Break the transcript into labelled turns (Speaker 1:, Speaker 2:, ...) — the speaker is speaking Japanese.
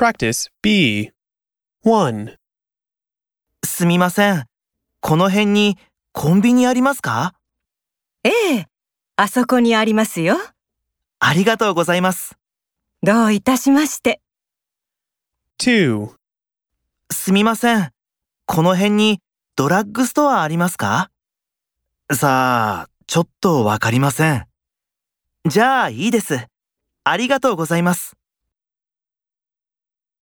Speaker 1: Practice B. 1.
Speaker 2: すみません。この辺にコンビニありますか
Speaker 3: ええ、あそこにありますよ。
Speaker 2: ありがとうございます。
Speaker 3: どういたしまして。
Speaker 1: 2.
Speaker 2: すみません。この辺にドラッグストアありますかさあ、ちょっとわかりません。じゃあいいです。ありがとうございます。